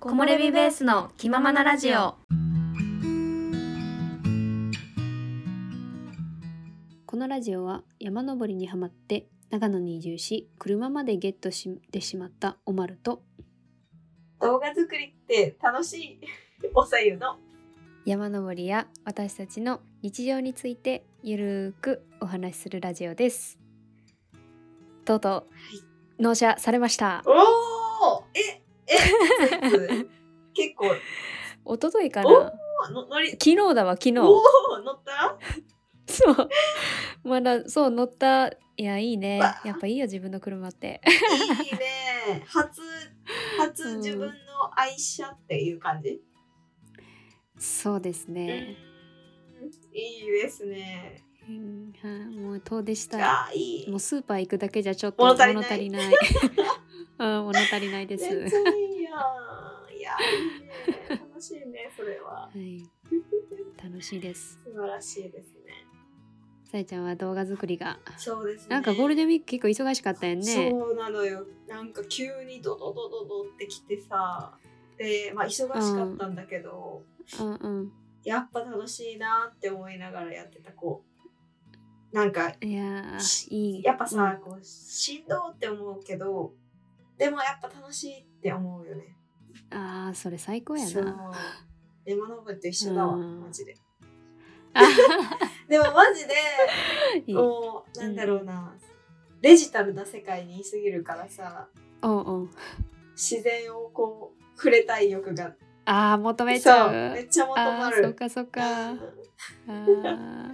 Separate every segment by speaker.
Speaker 1: 木漏れ日ベースの気ままなラジオ
Speaker 2: このラジオは山登りにはまって長野に移住し車までゲットしてしまったおまると
Speaker 3: 動画作りって楽しい おさゆの
Speaker 2: 山登りや私たちの日常についてゆるーくお話しするラジオですとうとう納車されました
Speaker 3: おおええいつ結構
Speaker 2: 一昨日か
Speaker 3: お
Speaker 2: な
Speaker 3: の乗り
Speaker 2: 昨日だわ昨日
Speaker 3: おお乗った
Speaker 2: そうまだそう乗ったいやいいね
Speaker 3: わあ
Speaker 2: やっぱいいよ自分の車って
Speaker 3: いいね初
Speaker 2: う
Speaker 3: 初
Speaker 2: ん
Speaker 3: 自分の愛車っていう感じ、
Speaker 2: そうです
Speaker 3: うん
Speaker 2: ね、
Speaker 3: いいですね
Speaker 2: うんはいもう遠出し
Speaker 3: じ
Speaker 2: たい
Speaker 3: ゃあいい
Speaker 2: もうスーパー行くだけじゃちょっと
Speaker 3: 物
Speaker 2: 物
Speaker 3: 足
Speaker 2: 足
Speaker 3: り
Speaker 2: り
Speaker 3: な
Speaker 2: ないい。 うん、物足りないです。
Speaker 3: 全然いいやんいやいいね楽しいねそれ
Speaker 2: は
Speaker 3: は
Speaker 2: い、楽しいです。
Speaker 3: 素晴らしいですね
Speaker 2: さえちゃんは動画作りが。
Speaker 3: そうですね
Speaker 2: なんかゴールデンウィーク結構忙しかったよね。
Speaker 3: そうなのよなんか急にドドドドドってきてさでまあ忙しかったんだけど、
Speaker 2: うんうん。
Speaker 3: やっぱ楽しいなって思いながらやってたこうなんか
Speaker 2: いや
Speaker 3: し
Speaker 2: ー、いい。
Speaker 3: やっぱさ、こうしんどって思うけどでもやっぱ楽しいって思うよね
Speaker 2: うん、ああ、それ最高や
Speaker 3: そう
Speaker 2: な。
Speaker 3: 山登りと一緒だわ、
Speaker 2: うん
Speaker 3: マジで
Speaker 2: あ
Speaker 3: でもマジで
Speaker 2: いい。おう
Speaker 3: もうなんだろうな、デジタルな世界にいすぎるからさ
Speaker 2: おう。
Speaker 3: 自然をこう触れたい欲が
Speaker 2: ああ、求めち
Speaker 3: そ
Speaker 2: ゃ
Speaker 3: うめ
Speaker 2: う。
Speaker 3: っちゃ求
Speaker 2: あ
Speaker 3: ま
Speaker 2: あ
Speaker 3: る
Speaker 2: ー、そっかそっか。あー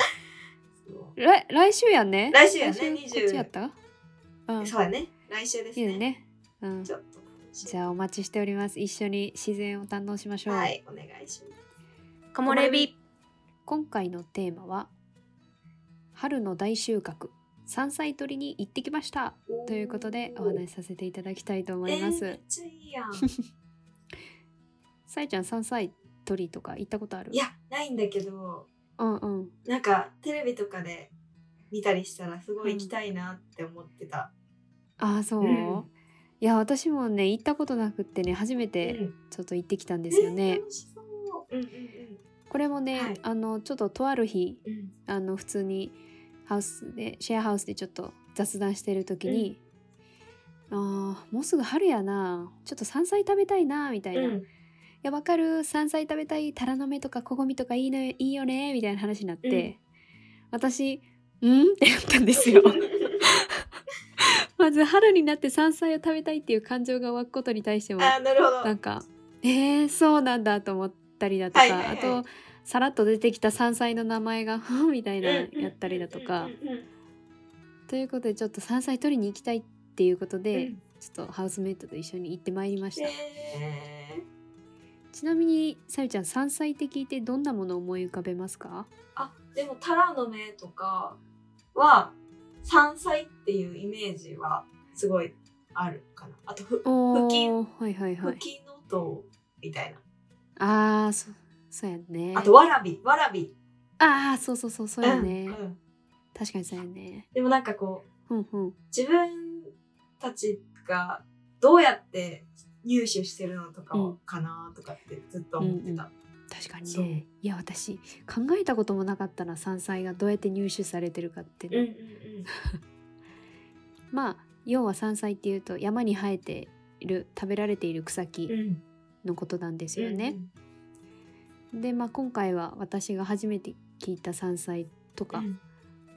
Speaker 3: そう
Speaker 2: 来来週やんね。
Speaker 3: 来週やね
Speaker 2: 来週こっちやったうん。
Speaker 3: そうだね来週です
Speaker 2: いい
Speaker 3: ね
Speaker 2: よね。うん。
Speaker 3: ちょっと
Speaker 2: じゃあお待ちしております。一緒に自然を堪能しましょう。
Speaker 3: はいお願いします
Speaker 1: 木漏れ日
Speaker 2: 今回のテーマは春の大収穫山菜採りに行ってきましたということでお話しさせていただきたいと思いま
Speaker 3: えーめっ
Speaker 2: す。
Speaker 3: ちゃいいやん
Speaker 2: さえちゃん山菜採りとか行ったことある
Speaker 3: いやないんだけど
Speaker 2: うんうん。
Speaker 3: なんかテレビとかで見たりしたらすごい行きたいなって思ってた、
Speaker 2: ああそう、
Speaker 3: うん
Speaker 2: いや私もね行ったことなくってね初め
Speaker 3: うん
Speaker 2: てちょっと行ってきたんですよ
Speaker 3: えー
Speaker 2: ね。
Speaker 3: 楽しそううんうん
Speaker 2: これもね、
Speaker 3: はい
Speaker 2: あのちょっととある日
Speaker 3: うんうん
Speaker 2: あの普通にハウスでシェアハウスでちょっと雑談してる時に、あーもうすぐ春やなちょっと山菜食べたいなみたいな、いやわかる山菜食べたいタラの芽とかこごみとかいい,、ね、いいよねみたいな話になって、私うんってなったんですよまず春になって山菜を食べたいっていう感情が湧くことに対しても
Speaker 3: あーなるほど
Speaker 2: なんかえー、そうなんだと思ったりだとか、
Speaker 3: はいはいはい
Speaker 2: あとさらっと出てきた山菜の名前が ふんみたいな
Speaker 3: うんうん
Speaker 2: やったりだとか、
Speaker 3: うんうんうん
Speaker 2: ということでちょっと山菜取りに行きたいっていうこと
Speaker 3: うん
Speaker 2: で、ちょっとハウスメイトと一緒に行ってまいりました、
Speaker 3: えー
Speaker 2: ちなみにさゆちゃん山菜って聞いてどんなものを思い浮かべますか
Speaker 3: あでもタラの芽とかは山菜っていうイメージはすごいあるかなあとふ
Speaker 2: お
Speaker 3: ふき
Speaker 2: ーはいはいは
Speaker 3: ふ
Speaker 2: い
Speaker 3: きのとうみたいな、
Speaker 2: あーそそうやね
Speaker 3: あとわらびわらび
Speaker 2: あーそうそうそうそうや
Speaker 3: う
Speaker 2: ね
Speaker 3: んうん
Speaker 2: 確かにそうやね
Speaker 3: でもなんかこう
Speaker 2: ふんふん
Speaker 3: 自分たちがどうやって入手してるのとか
Speaker 2: うん
Speaker 3: かなとかってずっと思ってた、
Speaker 2: 確か
Speaker 3: そ
Speaker 2: に
Speaker 3: う
Speaker 2: ねいや私考えたこともなかったな山菜がどうやって入手されてるかってね、
Speaker 3: うんうん
Speaker 2: まあ要は山菜っていうと山に生えている食べられている草
Speaker 3: うんう
Speaker 2: 木
Speaker 3: ん
Speaker 2: のことなんですよね、で、まあ、今回は私が初めて聞いた山菜と
Speaker 3: う
Speaker 2: か、
Speaker 3: んうん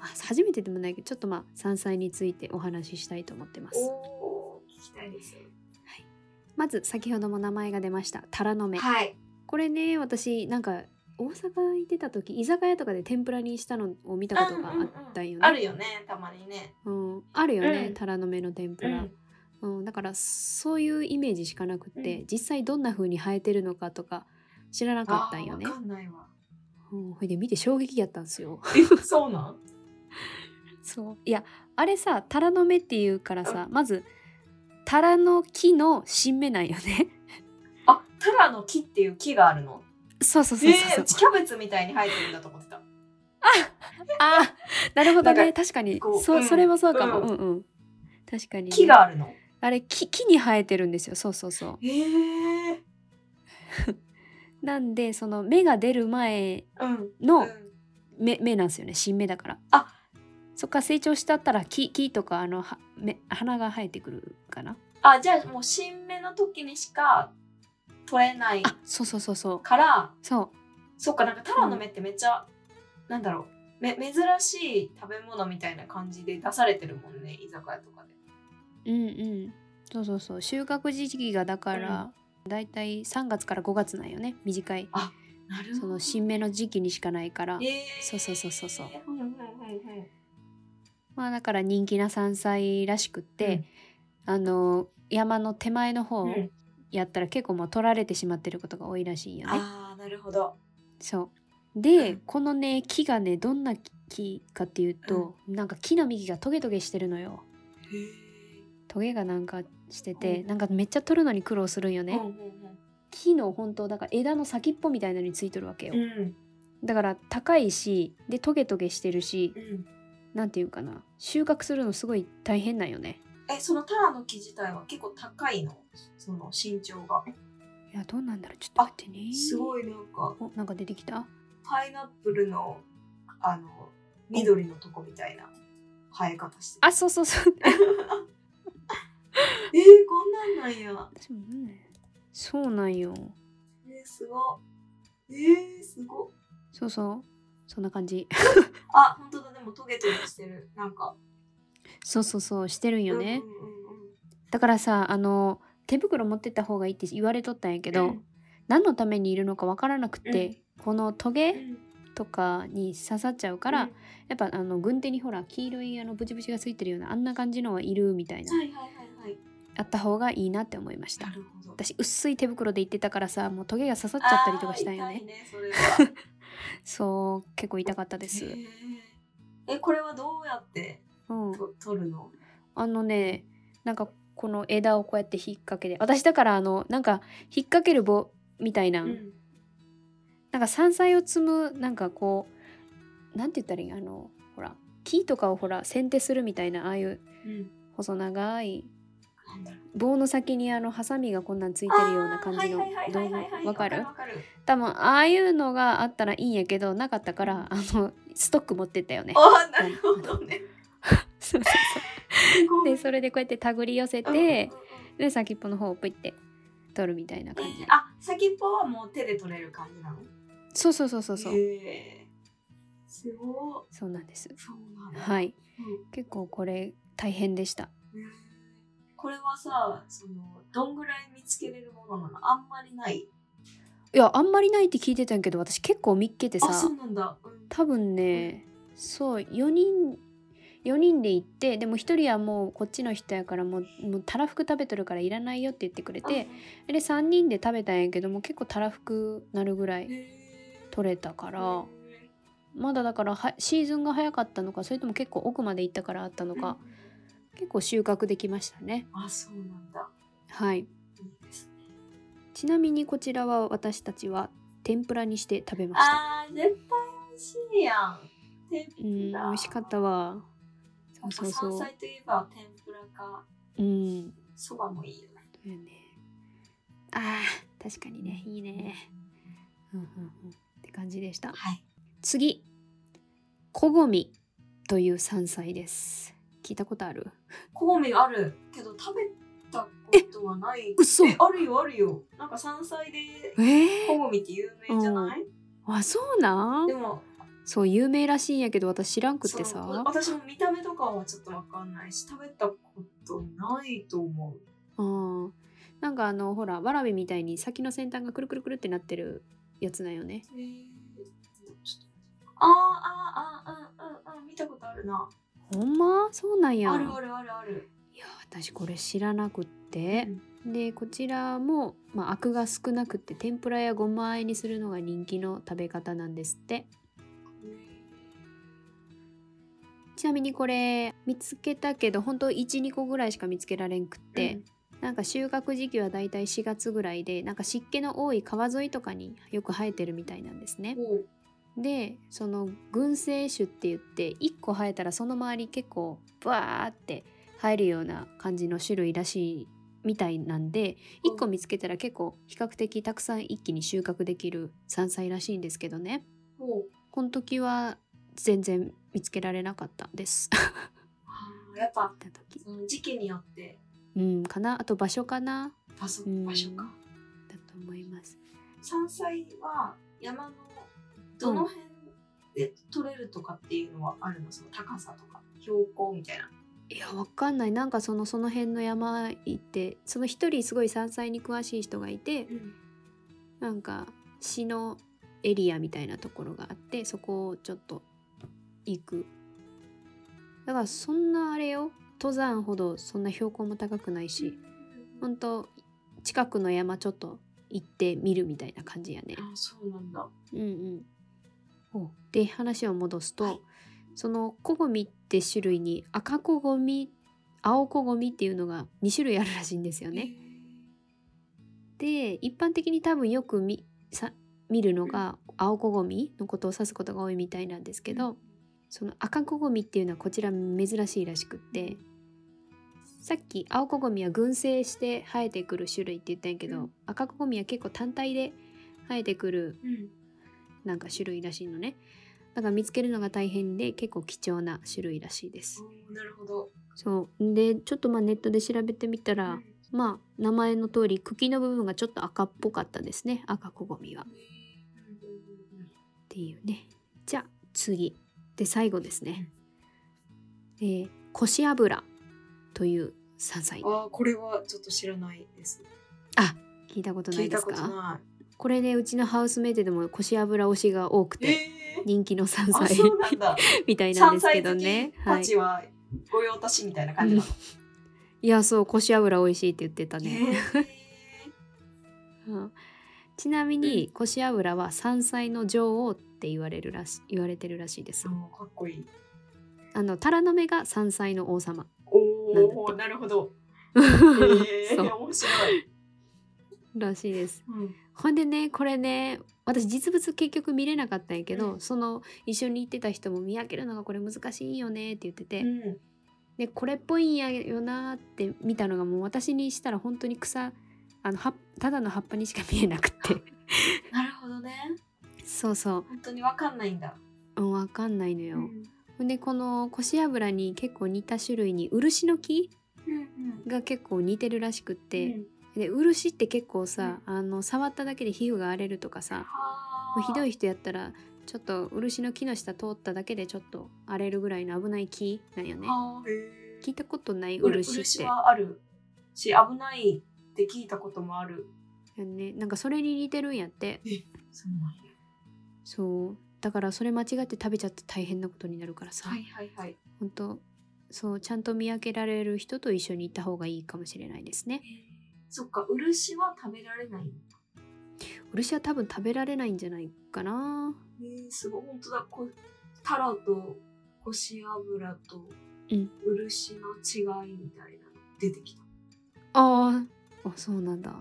Speaker 2: あ初めてでもないけどちょっとまあ山菜についてお話ししたいと思ってます
Speaker 3: おー聞きたいです
Speaker 2: まず先ほども名前が出ましたタラの芽
Speaker 3: はい
Speaker 2: これね私なんか大阪行ってた時居酒屋とかで天ぷらにしたのを見たことがあったんよね、
Speaker 3: あるよねたまにね
Speaker 2: うんあるよね、
Speaker 3: うん
Speaker 2: タラの芽の天ぷら、
Speaker 3: うん
Speaker 2: うん、だからそういうイメージしかなくって、
Speaker 3: う
Speaker 2: 実際どんな風に生えてるのかとか知らなかったんよね
Speaker 3: あーわかんないわ。
Speaker 2: うん、ほいで見て衝撃やったんです よ
Speaker 3: そうなん？
Speaker 2: そういやあれさタラの芽っていうからさまずタラの木の新芽なんよね
Speaker 3: あ、タラの木っていう木があるの。
Speaker 2: そうそう
Speaker 3: え
Speaker 2: そう
Speaker 3: え
Speaker 2: そう
Speaker 3: ー、キャベツみたいに生えてるんだと思ってた。
Speaker 2: あーなるほど
Speaker 3: なん
Speaker 2: ね確かに
Speaker 3: こう
Speaker 2: そう、
Speaker 3: うん
Speaker 2: それもそうかも、
Speaker 3: う
Speaker 2: うんん、うん確かにね、
Speaker 3: 木があるの。
Speaker 2: あれ木木に生えてるんですよそうそうそう
Speaker 3: ええー。
Speaker 2: なんでその芽が出る前
Speaker 3: うん
Speaker 2: の
Speaker 3: うん
Speaker 2: 芽芽なんですよね新芽だから
Speaker 3: あ
Speaker 2: そっから成長したったら木木とかあのは芽花が生えてくるかな
Speaker 3: あじゃあもう新芽の時にしか取れない
Speaker 2: あそうそうそうそう
Speaker 3: から
Speaker 2: そう
Speaker 3: そっかなんかタラの芽ってめっちゃ、なんだろうめ珍しい食べ物みたいな感じで出されてるもんね居酒屋とかで
Speaker 2: うんうんそうそうそう収穫時期がだから、だいたい3月から5月なんよね短い
Speaker 3: なる
Speaker 2: その新芽の時期にしかないから、
Speaker 3: えー、
Speaker 2: そうそうそうそうそう
Speaker 3: うんうんうんうん
Speaker 2: まあだから人気な山菜らしくって、あの山の手前の方
Speaker 3: うん
Speaker 2: やったら結構もう取られてしまってることが多いらしいよね。
Speaker 3: あーなるほど
Speaker 2: そうで、
Speaker 3: うん
Speaker 2: このね木がねどんな木かっていうと、なんか木の幹がトゲトゲしてるのよ。
Speaker 3: へえ、
Speaker 2: トゲがなんかしてて、
Speaker 3: うん
Speaker 2: なんかめっちゃ取るのに苦労するんよね。
Speaker 3: うんうん
Speaker 2: 木の本当だから枝の先っぽみたいなのについとるわけよ。
Speaker 3: うんうん
Speaker 2: だから高いしでトゲトゲしてるし
Speaker 3: うん
Speaker 2: なんていうかな収穫するのすごい大変なんよね。
Speaker 3: えそのタラの木自体は結構高いのその身長が
Speaker 2: いやどうなんだろうちょっと待ってね。
Speaker 3: す
Speaker 2: い。
Speaker 3: ごいなんか
Speaker 2: おなんか出てきた
Speaker 3: パイナップルのあの緑のとこみたいな生え方してる
Speaker 2: あそうそうそう。
Speaker 3: えー、こんなんなんや
Speaker 2: 私もねそうなんよ。
Speaker 3: えー、すごえー、すご
Speaker 2: そうそうそんな感じ。
Speaker 3: あ本当だでもトゲトゲしてるなんか
Speaker 2: そうそうそうしてるんよね。
Speaker 3: うんうん
Speaker 2: だからさあの手袋持ってった方がいいって言われとったんやけど、
Speaker 3: うん
Speaker 2: 何のためにいるのかわからなくて、このト
Speaker 3: うんう
Speaker 2: ゲ
Speaker 3: ん
Speaker 2: とかに刺さっちゃうから、
Speaker 3: うん
Speaker 2: やっぱあの軍手にほら黄色いあのブチブチがついてるようなあんな感じのはいるみたいな、
Speaker 3: はいはいはいはい
Speaker 2: あった方がいいなって思いました
Speaker 3: な。るほど
Speaker 2: 私薄い手袋で行ってたからさもうトゲが刺さっちゃったりとかしたんよ
Speaker 3: あー
Speaker 2: ね
Speaker 3: 痛いねそれは
Speaker 2: そう結構痛かったです、
Speaker 3: へーえこれはどうやって
Speaker 2: うん、
Speaker 3: と取るの
Speaker 2: あのねなんかこの枝をこうやって引っ掛けて私だからあのなんか引っ掛ける棒みたいな、
Speaker 3: うん
Speaker 2: なんか山菜を摘むなんかこうなんて言ったらいいんあのほら木とかをほら剪定するみたいなああいう
Speaker 3: うん
Speaker 2: 細長い
Speaker 3: なんだろう
Speaker 2: 棒の先にあのハサミがこんなんついてるような感じの
Speaker 3: あーはいは
Speaker 2: 道
Speaker 3: いはいはいはい
Speaker 2: 具わかる
Speaker 3: わかる
Speaker 2: 多分ああいうのがあったらいいんやけどなかったからあのストック持ってったよね。
Speaker 3: あーなるほどね
Speaker 2: そうそうそうでそれでこうやって手繰り寄せ
Speaker 3: うんうんうん
Speaker 2: てで先っぽの方をプイって取るみたいな
Speaker 3: え
Speaker 2: 感じ
Speaker 3: ー、あ先っぽはもう手で取れる感じなの
Speaker 2: そうそうそうそうそう
Speaker 3: へーすごい
Speaker 2: そうなんです
Speaker 3: そうなんだ、
Speaker 2: はい
Speaker 3: うん
Speaker 2: 結構これ大変でした
Speaker 3: これはさそのどんぐらい見つけれるものなのあんまりない
Speaker 2: いやあんまりないって聞いてたんやけど私結構見っけてさ
Speaker 3: あそうなんだ、うん
Speaker 2: 多分ねそう4人4人で行ってでも1人はもうこっちの人やからもうもうたらふく食べとるからいらないよって言ってくれてで3人で食べたんやけども結構たらふくなるぐら
Speaker 3: う
Speaker 2: い
Speaker 3: んへー
Speaker 2: 取れたからまだだからはシーズンが早かったのかそれとも結構奥まで行ったからあったのか結構収穫できましたね
Speaker 3: うんあそうなんだ
Speaker 2: はい
Speaker 3: いいですね
Speaker 2: ちなみにこちらは私たちは天ぷらにして食べました。
Speaker 3: あー絶対美味しいやん天
Speaker 2: うん、美
Speaker 3: ぷら
Speaker 2: 味しかったわ。そうそう
Speaker 3: 山
Speaker 2: そう。
Speaker 3: 菜といえば天ぷらか
Speaker 2: うん。
Speaker 3: そばもいいよね
Speaker 2: そうよね。ああ、確かにね、いいね。うんうんうん。って感じでした。
Speaker 3: はい
Speaker 2: 次、こごみという山菜です。聞いたことある？
Speaker 3: 好みあるけど食べたことはない
Speaker 2: 嘘
Speaker 3: えあるよあるよなんか山菜で
Speaker 2: ええ
Speaker 3: 好みって有名じゃない、
Speaker 2: あ、そうなん
Speaker 3: で？も
Speaker 2: そう有名らしいんやけど私知らんくって
Speaker 3: その
Speaker 2: さ。
Speaker 3: 私も見た目とかはちょっとわかんないし食べたことないと思う
Speaker 2: うん。なんかあのほらわらびみたいに先の先端がくるくるくるってなってるやつなんよね。
Speaker 3: えー、ちょっとあーあーあーあーあーあー見たことあるな
Speaker 2: ほんまそうなんや
Speaker 3: あるあるあるある
Speaker 2: いや私これ知らなくって、でこちらも、まあ、アクが少なくて天ぷらやごま和えにするのが人気の食べ方なんですってちなみにこれ見つけたけど本当12個ぐらいしか見つけられんくって、なんか収穫時期はだいたい4月ぐらいでなんか湿気の多い川沿いとかによく生えてるみたいなんですね
Speaker 3: うん、おう
Speaker 2: でその群生種って言って1個生えたらその周り結構バーって生えるような感じの種類らしいみたいなんで1個見つけたら結構比較的たくさん一気に収穫できる山菜らしいんですけどね
Speaker 3: ほう
Speaker 2: この時は全然見つけられなかったです行
Speaker 3: あーやっぱ
Speaker 2: った時
Speaker 3: その時期によって
Speaker 2: うんかなあと場所かな
Speaker 3: 場所
Speaker 2: うん
Speaker 3: 場所か
Speaker 2: だと思います
Speaker 3: 山菜は山のどの辺で取れるとかっていうのはあるのその高さとか標高みたいない
Speaker 2: やわかんないなんかそのその辺の山行ってその一人すごい山菜に詳しい人がいて
Speaker 3: うん
Speaker 2: なんか市のエリアみたいなところがあってそこをちょっと行くだからそんなあれよ登山ほどそんな標高も高くないしほんと近くの山ちょっと行ってみるみたいな感じやね
Speaker 3: あそうなんだ
Speaker 2: うんうんおで話を戻すと、
Speaker 3: はい
Speaker 2: そのコゴミって種類に赤コゴミ青コゴミっていうのが2種類あるらしいんですよね。で一般的に多分よく見さ見るのが青コゴミのことを指すことが多いみたいなんですけど、その赤コゴミっていうのはこちら珍しいらしくってさっき青コゴミは群生して生えてくる種類って言ったんやけど、
Speaker 3: うん
Speaker 2: 赤コゴミは結構単体で生えてくる
Speaker 3: うん
Speaker 2: なんか種類らしいのねだから見つけるのが大変で結構貴重な種類らしいです
Speaker 3: おーなるほど
Speaker 2: そうでちょっとまあネットで調べてみた
Speaker 3: う
Speaker 2: ら
Speaker 3: ん
Speaker 2: まあ名前の通り茎の部分がちょっと赤っぽかったですね赤こごみはっ
Speaker 3: うん
Speaker 2: ていうねじゃあ次で最後ですね、えー、コシ油という山菜
Speaker 3: あーこれはちょっと知らないです
Speaker 2: あ聞いたことな
Speaker 3: 聞
Speaker 2: い
Speaker 3: い
Speaker 2: で
Speaker 3: た
Speaker 2: す
Speaker 3: こと
Speaker 2: か
Speaker 3: な
Speaker 2: これねうちのハウスメイトでもコシ油推しが多く
Speaker 3: い
Speaker 2: て
Speaker 3: えー
Speaker 2: 人気の山
Speaker 3: あ
Speaker 2: 菜
Speaker 3: そうなんだ
Speaker 2: みたいなん
Speaker 3: 山
Speaker 2: ですけ
Speaker 3: 菜
Speaker 2: ど
Speaker 3: 好
Speaker 2: ね
Speaker 3: きたちは御用達みたいな感じなの
Speaker 2: いやそうコシ油美味しいって言ってたね、
Speaker 3: え
Speaker 2: うん ちなみにコシ油は山菜の女王って言われるらし言われてるらしいです
Speaker 3: ー、もうかっこいい
Speaker 2: あのタラの芽が山菜の王様
Speaker 3: おおなる ほどえー、
Speaker 2: そう
Speaker 3: 面白い、
Speaker 2: らしいです
Speaker 3: うん
Speaker 2: ほんでねこれね私実物結局見れなかったんやけど、
Speaker 3: うん
Speaker 2: その一緒に行ってた人も見分けるのがこれ難しいよねって言ってて、
Speaker 3: うん
Speaker 2: でこれっぽいんやよなーって見たのがもう私にしたら本当に草あの葉ただの葉っぱにしか見えなくって
Speaker 3: なるほどね
Speaker 2: そうそ
Speaker 3: 本当にわかんないんだ、
Speaker 2: う、うん、わかんないのよ、
Speaker 3: うん
Speaker 2: でこのコシ油に結構似た種類に漆の木
Speaker 3: うん
Speaker 2: が結構似てるらしくっ
Speaker 3: う
Speaker 2: て、
Speaker 3: ん、
Speaker 2: で漆って結構さ、あの触っただけで皮膚が荒れるとかさ
Speaker 3: あ
Speaker 2: もうひど
Speaker 3: い
Speaker 2: い人やったらちょっと漆の木の下通っただけでちょっと荒れるぐらいの危ない木なんよね。
Speaker 3: あー
Speaker 2: 聞いたことないう
Speaker 3: る
Speaker 2: 漆
Speaker 3: 漆
Speaker 2: って、
Speaker 3: はあるし危ないって聞いたこともある
Speaker 2: ね、なんかそれに似てるんやって
Speaker 3: そうなんや
Speaker 2: そうだからそれ間違って食べちゃって大変なことになるからさ、
Speaker 3: はいはいはい
Speaker 2: ほんとそうちゃんと見分けられる人と一緒に行った方がいいかもしれないですね。
Speaker 3: そっか漆は食べられない
Speaker 2: 漆は多分食べられないんじゃないかな
Speaker 3: えー、すごい本当だこタラとコシ油と
Speaker 2: うん
Speaker 3: 漆の違いみたいなの出てきた、
Speaker 2: ああそうなんだ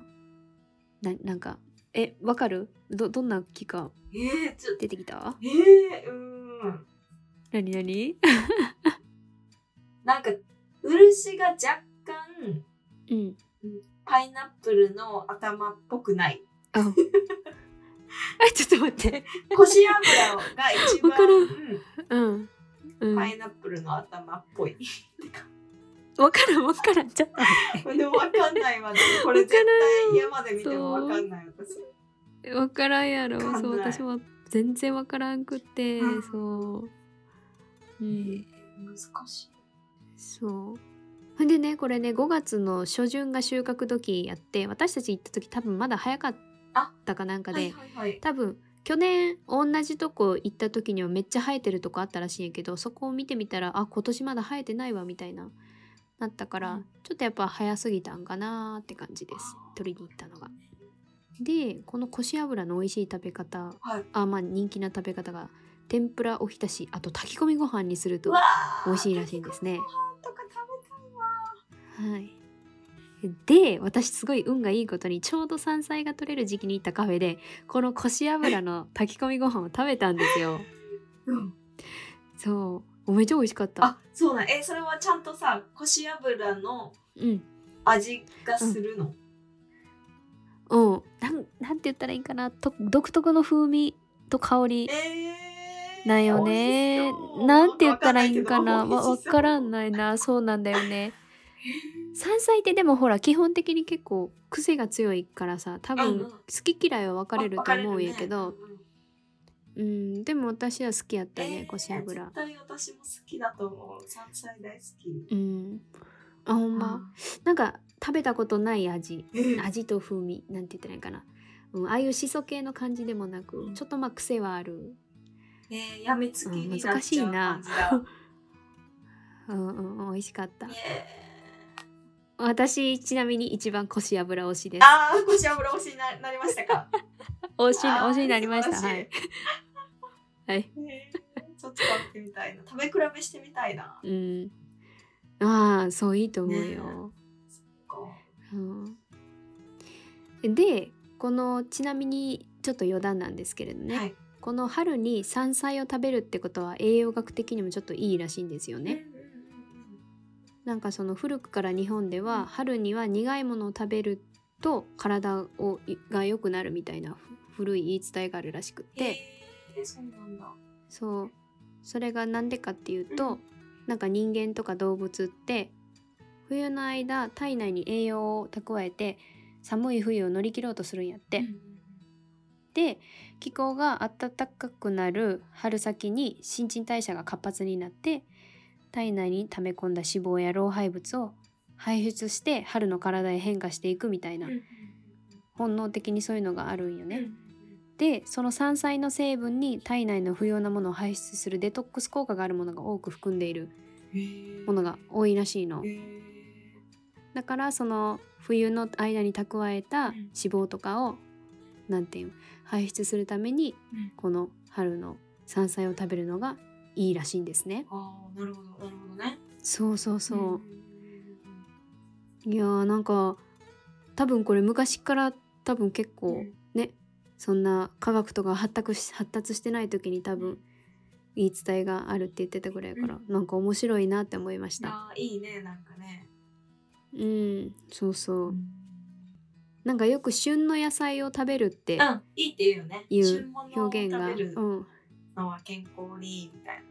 Speaker 2: ななんかえわかるどどんな木か
Speaker 3: えー、ちょ
Speaker 2: 出てきた
Speaker 3: えー、うーん
Speaker 2: 何何
Speaker 3: なんか漆が若干
Speaker 2: うん
Speaker 3: パイナップルの頭っぽくない
Speaker 2: あ あちょっと待って
Speaker 3: コシ油が一番
Speaker 2: わかる
Speaker 3: うん
Speaker 2: うんうん、
Speaker 3: パイナップルの頭っぽい。
Speaker 2: わからんわからんちょっと待
Speaker 3: でもわかんないわ。でもこれ絶対山で見てもわかんない私。
Speaker 2: ってわからんやろ
Speaker 3: わかん
Speaker 2: そう
Speaker 3: ない
Speaker 2: 私も全然わからんくって
Speaker 3: うん
Speaker 2: そうう
Speaker 3: え
Speaker 2: ん
Speaker 3: ー難しい。
Speaker 2: そうほんでねこれね5月の初旬が収穫時やって私たち行った時多分まだ早かったかなんかで、
Speaker 3: はいはいはい。
Speaker 2: 多分去年同じとこ行った時にはめっちゃ生えてるとこあったらしいんやけどそこを見てみたらあ今年まだ生えてないわみたいななったから、
Speaker 3: うん
Speaker 2: ちょっとやっぱ早すぎたんかなーって感じです
Speaker 3: あー
Speaker 2: 取りに行ったのが。でこのコシ油の美味しい食べ方
Speaker 3: はい。
Speaker 2: あまあ人気な食べ方が天ぷらおひたしあと炊き込みご飯にすると
Speaker 3: うわー
Speaker 2: 美味しいらしいんですね。
Speaker 3: とか食べたいわ。
Speaker 2: はい、で私すごい運がいいことにちょうど山菜が取れる時期に行ったカフェでこのコシ油の炊き込みご飯を食べたんですよ。
Speaker 3: うん。
Speaker 2: そうめっちゃ美味しかった。
Speaker 3: あ、そうなん。えー、それはちゃんとさ、コシ油の
Speaker 2: うん
Speaker 3: 味がするの、
Speaker 2: うんなんなんて言ったらいいんかなと独特の風味と香り
Speaker 3: えー
Speaker 2: だよねなんて言ったらいいんかなわわから ん
Speaker 3: い
Speaker 2: ないなそうなんだよ ね山菜ってでもほら基本的に結構癖が強いからさ多
Speaker 3: うんう
Speaker 2: 分
Speaker 3: ん
Speaker 2: 好き嫌いは分かれると思うんやけど、
Speaker 3: う
Speaker 2: うんでも私は好きやったね、
Speaker 3: ん
Speaker 2: こし油
Speaker 3: 絶対私も好きだと思う山菜大好き
Speaker 2: うんあほんま、なんか食べたことない味
Speaker 3: えー
Speaker 2: 味と風味なんて言ったらいいんかな、うん、ああいうしそ系の感じでもなく、
Speaker 3: うん
Speaker 2: ちょっとまあ癖はある
Speaker 3: ねやみつきになっちゃう
Speaker 2: 難しいな
Speaker 3: 感じだ。
Speaker 2: うんうんうん美味しかった
Speaker 3: ね
Speaker 2: 私ちなみに一番こし油推しです
Speaker 3: ああ、腰油推しにななりましたか。
Speaker 2: 推し
Speaker 3: あー
Speaker 2: 推しになりました
Speaker 3: 素晴
Speaker 2: は
Speaker 3: ら
Speaker 2: い、はい、
Speaker 3: ねちょっと食べてみたいな。食べ比べしてみたいな。
Speaker 2: うんああそういいと思うよ、うん、でこのちなみにちょっと余談なんですけれどね、
Speaker 3: はい。
Speaker 2: この春に山菜を食べるってことは栄養学的にもちょっといいらしいんですよね、
Speaker 3: うんうん
Speaker 2: なんかその古くから日本では春には苦いものを食べると体をいが良くなるみたいなふ古い言い伝えがあるらしくっ
Speaker 3: うんうん、
Speaker 2: て
Speaker 3: へーそうなんだ。
Speaker 2: そうそれがなんでかっていうと、
Speaker 3: うん
Speaker 2: なんか人間とか動物って冬の間体内に栄養を蓄えて寒い冬を乗り切ろうとするんやって、
Speaker 3: うん
Speaker 2: で気候が暖かくなる春先に新陳代謝が活発になって体内に溜め込んだ脂肪や老廃物を排出して春の体へ変化していくみたいな
Speaker 3: うんうんうん
Speaker 2: 本能的にそういうのがあるんよ
Speaker 3: うんうん
Speaker 2: ね。でその山菜の成分に体内の不要なものを排出するデトックス効果があるものが多く含んでいる
Speaker 3: へー
Speaker 2: ものが多いらしいの
Speaker 3: へ。ー
Speaker 2: だからその冬の間に蓄えた
Speaker 3: うん
Speaker 2: 脂肪とかを、なんていうの排出するために、
Speaker 3: うん
Speaker 2: この春の山菜を食べるのがいいらしいんですね。
Speaker 3: ああ、なるほど、なるほどね。
Speaker 2: そうそうそう。
Speaker 3: んん
Speaker 2: いやーなんか多分これ昔から多分結構、
Speaker 3: うん
Speaker 2: ねそんな科学とか発達し発達してない時に多分言い伝えがあるって言ってたぐらいやから、
Speaker 3: う
Speaker 2: なんか面白いなって思いまし
Speaker 3: いや
Speaker 2: た。
Speaker 3: ーいいね、なんかね。
Speaker 2: うんそうそう。
Speaker 3: うん
Speaker 2: なんかよく旬の野菜を食べるって
Speaker 3: うん、いいって言うよね。
Speaker 2: いう表現
Speaker 3: 旬
Speaker 2: が、
Speaker 3: 物を食べる
Speaker 2: うん、
Speaker 3: のは健康にいいみたいな。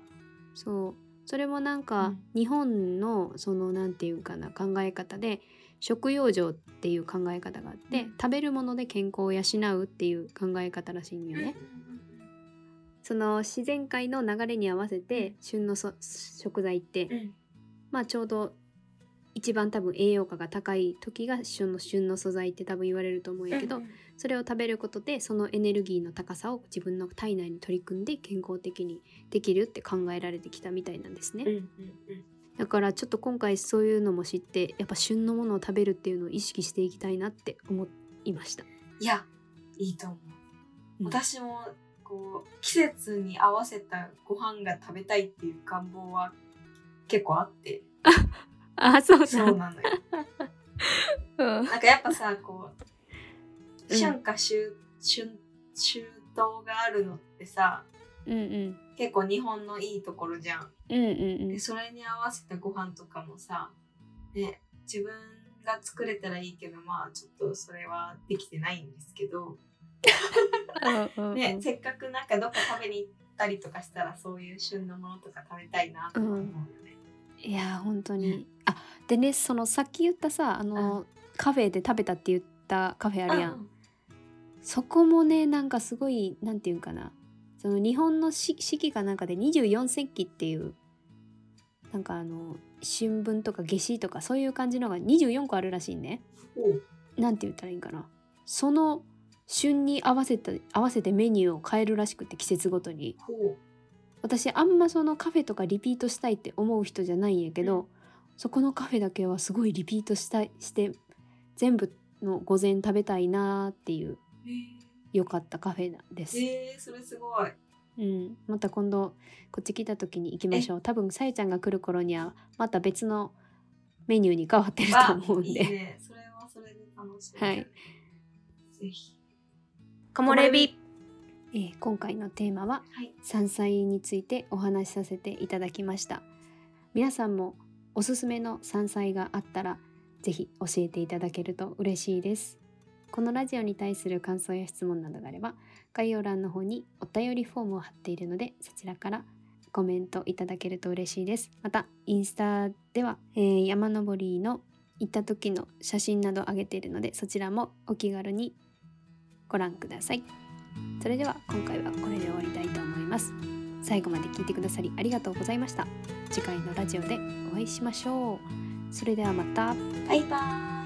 Speaker 2: そうそれもなんか、日本のそのなんていうかな考え方で食養生っていう考え方があって、
Speaker 3: うん
Speaker 2: 食べるもので健康を養うっていう考え方らしいんよね。その自然界の流れに合わせて旬のそ食材って、
Speaker 3: うんうん
Speaker 2: まあちょうど一番多分栄養価が高い時が旬の旬の素材って多分言われると思うんやけど、
Speaker 3: うん
Speaker 2: それを食べることでそのエネルギーの高さを自分の体内に取り組んで健康的にできるって考えられてきたみたいなんですね。
Speaker 3: うんうん
Speaker 2: だからちょっと今回そういうのも知ってやっぱ旬のものを食べるっていうのを意識していきたいなって思いました。
Speaker 3: いやいいと思う、
Speaker 2: うん
Speaker 3: 私もこう季節に合わせたご飯が食べたいっていう願望は結構あって
Speaker 2: あそうだ
Speaker 3: そうなのよ
Speaker 2: うん
Speaker 3: なんかやっぱさこう
Speaker 2: うん
Speaker 3: 春夏秋春秋冬があるのってさ
Speaker 2: うんうん
Speaker 3: 結構日本のいいところじゃん
Speaker 2: うんうん
Speaker 3: でそれに合わせたご飯とかもさね自分が作れたらいいけどまあちょっとそれはできてないんですけど、
Speaker 2: うん
Speaker 3: ね、せっかくなんかどこ食べに行ったりとかしたらそういう旬のものとか食べたいなと思うよね。
Speaker 2: いやー本当にあでねそのさっき言ったさあの、カフェで食べたって言ったカフェあるやん、そこもねなんかすごいなんていうんかなその日本の四四季かなんかで24節気っていうなんかあの春分とか夏至とかそういう感じのが24個あるらしいね
Speaker 3: うんおう
Speaker 2: なんて言ったらいいんかなその旬に合わせた合わせてメニューを変えるらしくて季節ごとに
Speaker 3: ほ
Speaker 2: 私あんまそのカフェとかリピートしたいって思う人じゃないんやけど、
Speaker 3: う
Speaker 2: そこのカフェだけはすごいリピートしたいして全部の午前食べたいなーっていう
Speaker 3: う
Speaker 2: 良かったカフェなんです、
Speaker 3: えー、それすごい。
Speaker 2: うん、また今度こっち来た時に行きましょう多分さゆちゃんが来る頃にはまた別のメニューに変わってると
Speaker 3: あ
Speaker 2: 思うんで
Speaker 3: いいね。それはそれで楽しみ。
Speaker 2: はい
Speaker 3: ぜひ。
Speaker 1: 木漏れ日。
Speaker 2: えー今回のテーマは
Speaker 3: はい。
Speaker 2: 山菜についてお話しさせていただきました皆さんもおすすめの山菜があったらぜひ教えていただけると嬉しいです。このラジオに対する感想や質問などがあれば概要欄の方にお便りフォームを貼っているのでそちらからコメントいただけると嬉しいです。またインスタでは、えー山登りの行った時の写真などを上げているのでそちらもお気軽にご覧ください。それでは今回はこれで終わりたいと思います。最後まで聞いてくださりありがとうございました。次回のラジオでお会いしましょう。それではまた。
Speaker 3: バイバーイ